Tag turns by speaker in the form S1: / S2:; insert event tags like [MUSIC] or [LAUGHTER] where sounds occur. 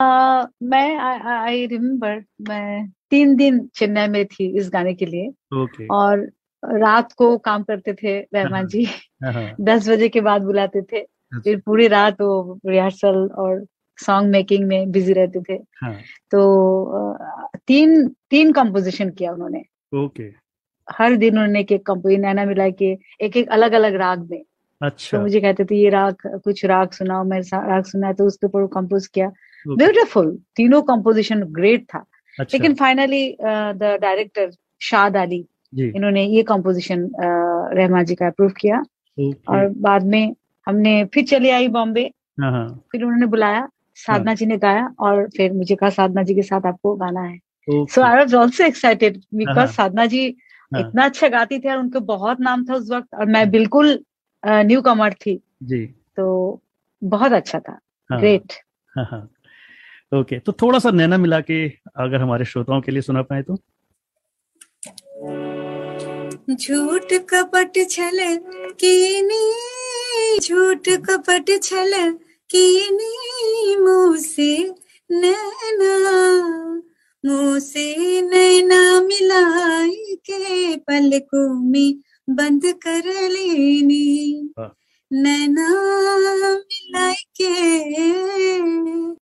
S1: अ, मैं I I remember मैं 3 दिन चेन्नई में थी इस गाने के लिए
S2: ओके।
S1: और रात को काम करते थे
S2: हाँ,
S1: रहमान
S2: हाँ।
S1: जी, [LAUGHS]
S2: हाँ, हाँ।
S1: 10 बजे के बाद बुलाते थे।
S2: अच्छा।
S1: फिर पूरी रात वो रिहर्सल और सॉन्ग मेकिंग में बिज़ी रहते थे।
S2: हाँ।
S1: तो अ, 3 3 कंपोज़िशन किया उन्होंने।
S2: ओके।
S1: हर दिन उन्होंने एक-एक कंपो नैना मिला के एक-एक अलग-अलग राग में। तो
S2: अच्छा।
S1: मुझे कहते थे ये राग कुछ राग सुनाओ, मैं सा राग सुनाया तो उसके ऊपर वो कंपोज़ किया।
S2: ओके।
S1: ब्यूटीफुल तीनों कंपोज़िशन ग्रेट था।
S2: अच्छा।
S1: लेकिन uh, finally uh, the director Shaad Ali
S2: ji.
S1: इन्होंने ये कंपोज़िशन अ, रहमान जी का अप्रूव किया
S2: Hmm. ओके।
S1: और बाद में हमने फिर चली आई बॉम्बे।
S2: हाँ, हाँ।
S1: फिर उन्होंने बुलाया,
S2: हाँ।
S1: साधना जी ने गाया और फिर मुझे कहा साधना जी के साथ आपको गाना है। So
S2: okay.
S1: I was also excited
S2: हाँ,
S1: बिकॉज़
S2: हाँ।
S1: साधना जी
S2: हाँ।
S1: इतना अच्छा गाती थी और उनका बहुत नाम था उस वक़्त और मैं
S2: हुँ।
S1: बिल्कुल अ, न्यू कमर थी।
S2: जी।
S1: तो बहुत अच्छा था,
S2: हाँ।
S1: ग्रेट।
S2: हाँ, हाँ। ओके, तो थोड़ा-सा नैना मिला के अगर हमारे श्रोताओं के लिए सुना पाएँ तो?
S3: झूठ कपट छल कीनी झूठ कपट छल कीनी मुँह से नैना मुँह से नैना मिलाए के पलकों में बंद कर लेनी
S2: वाह!
S3: नैना मिलाए के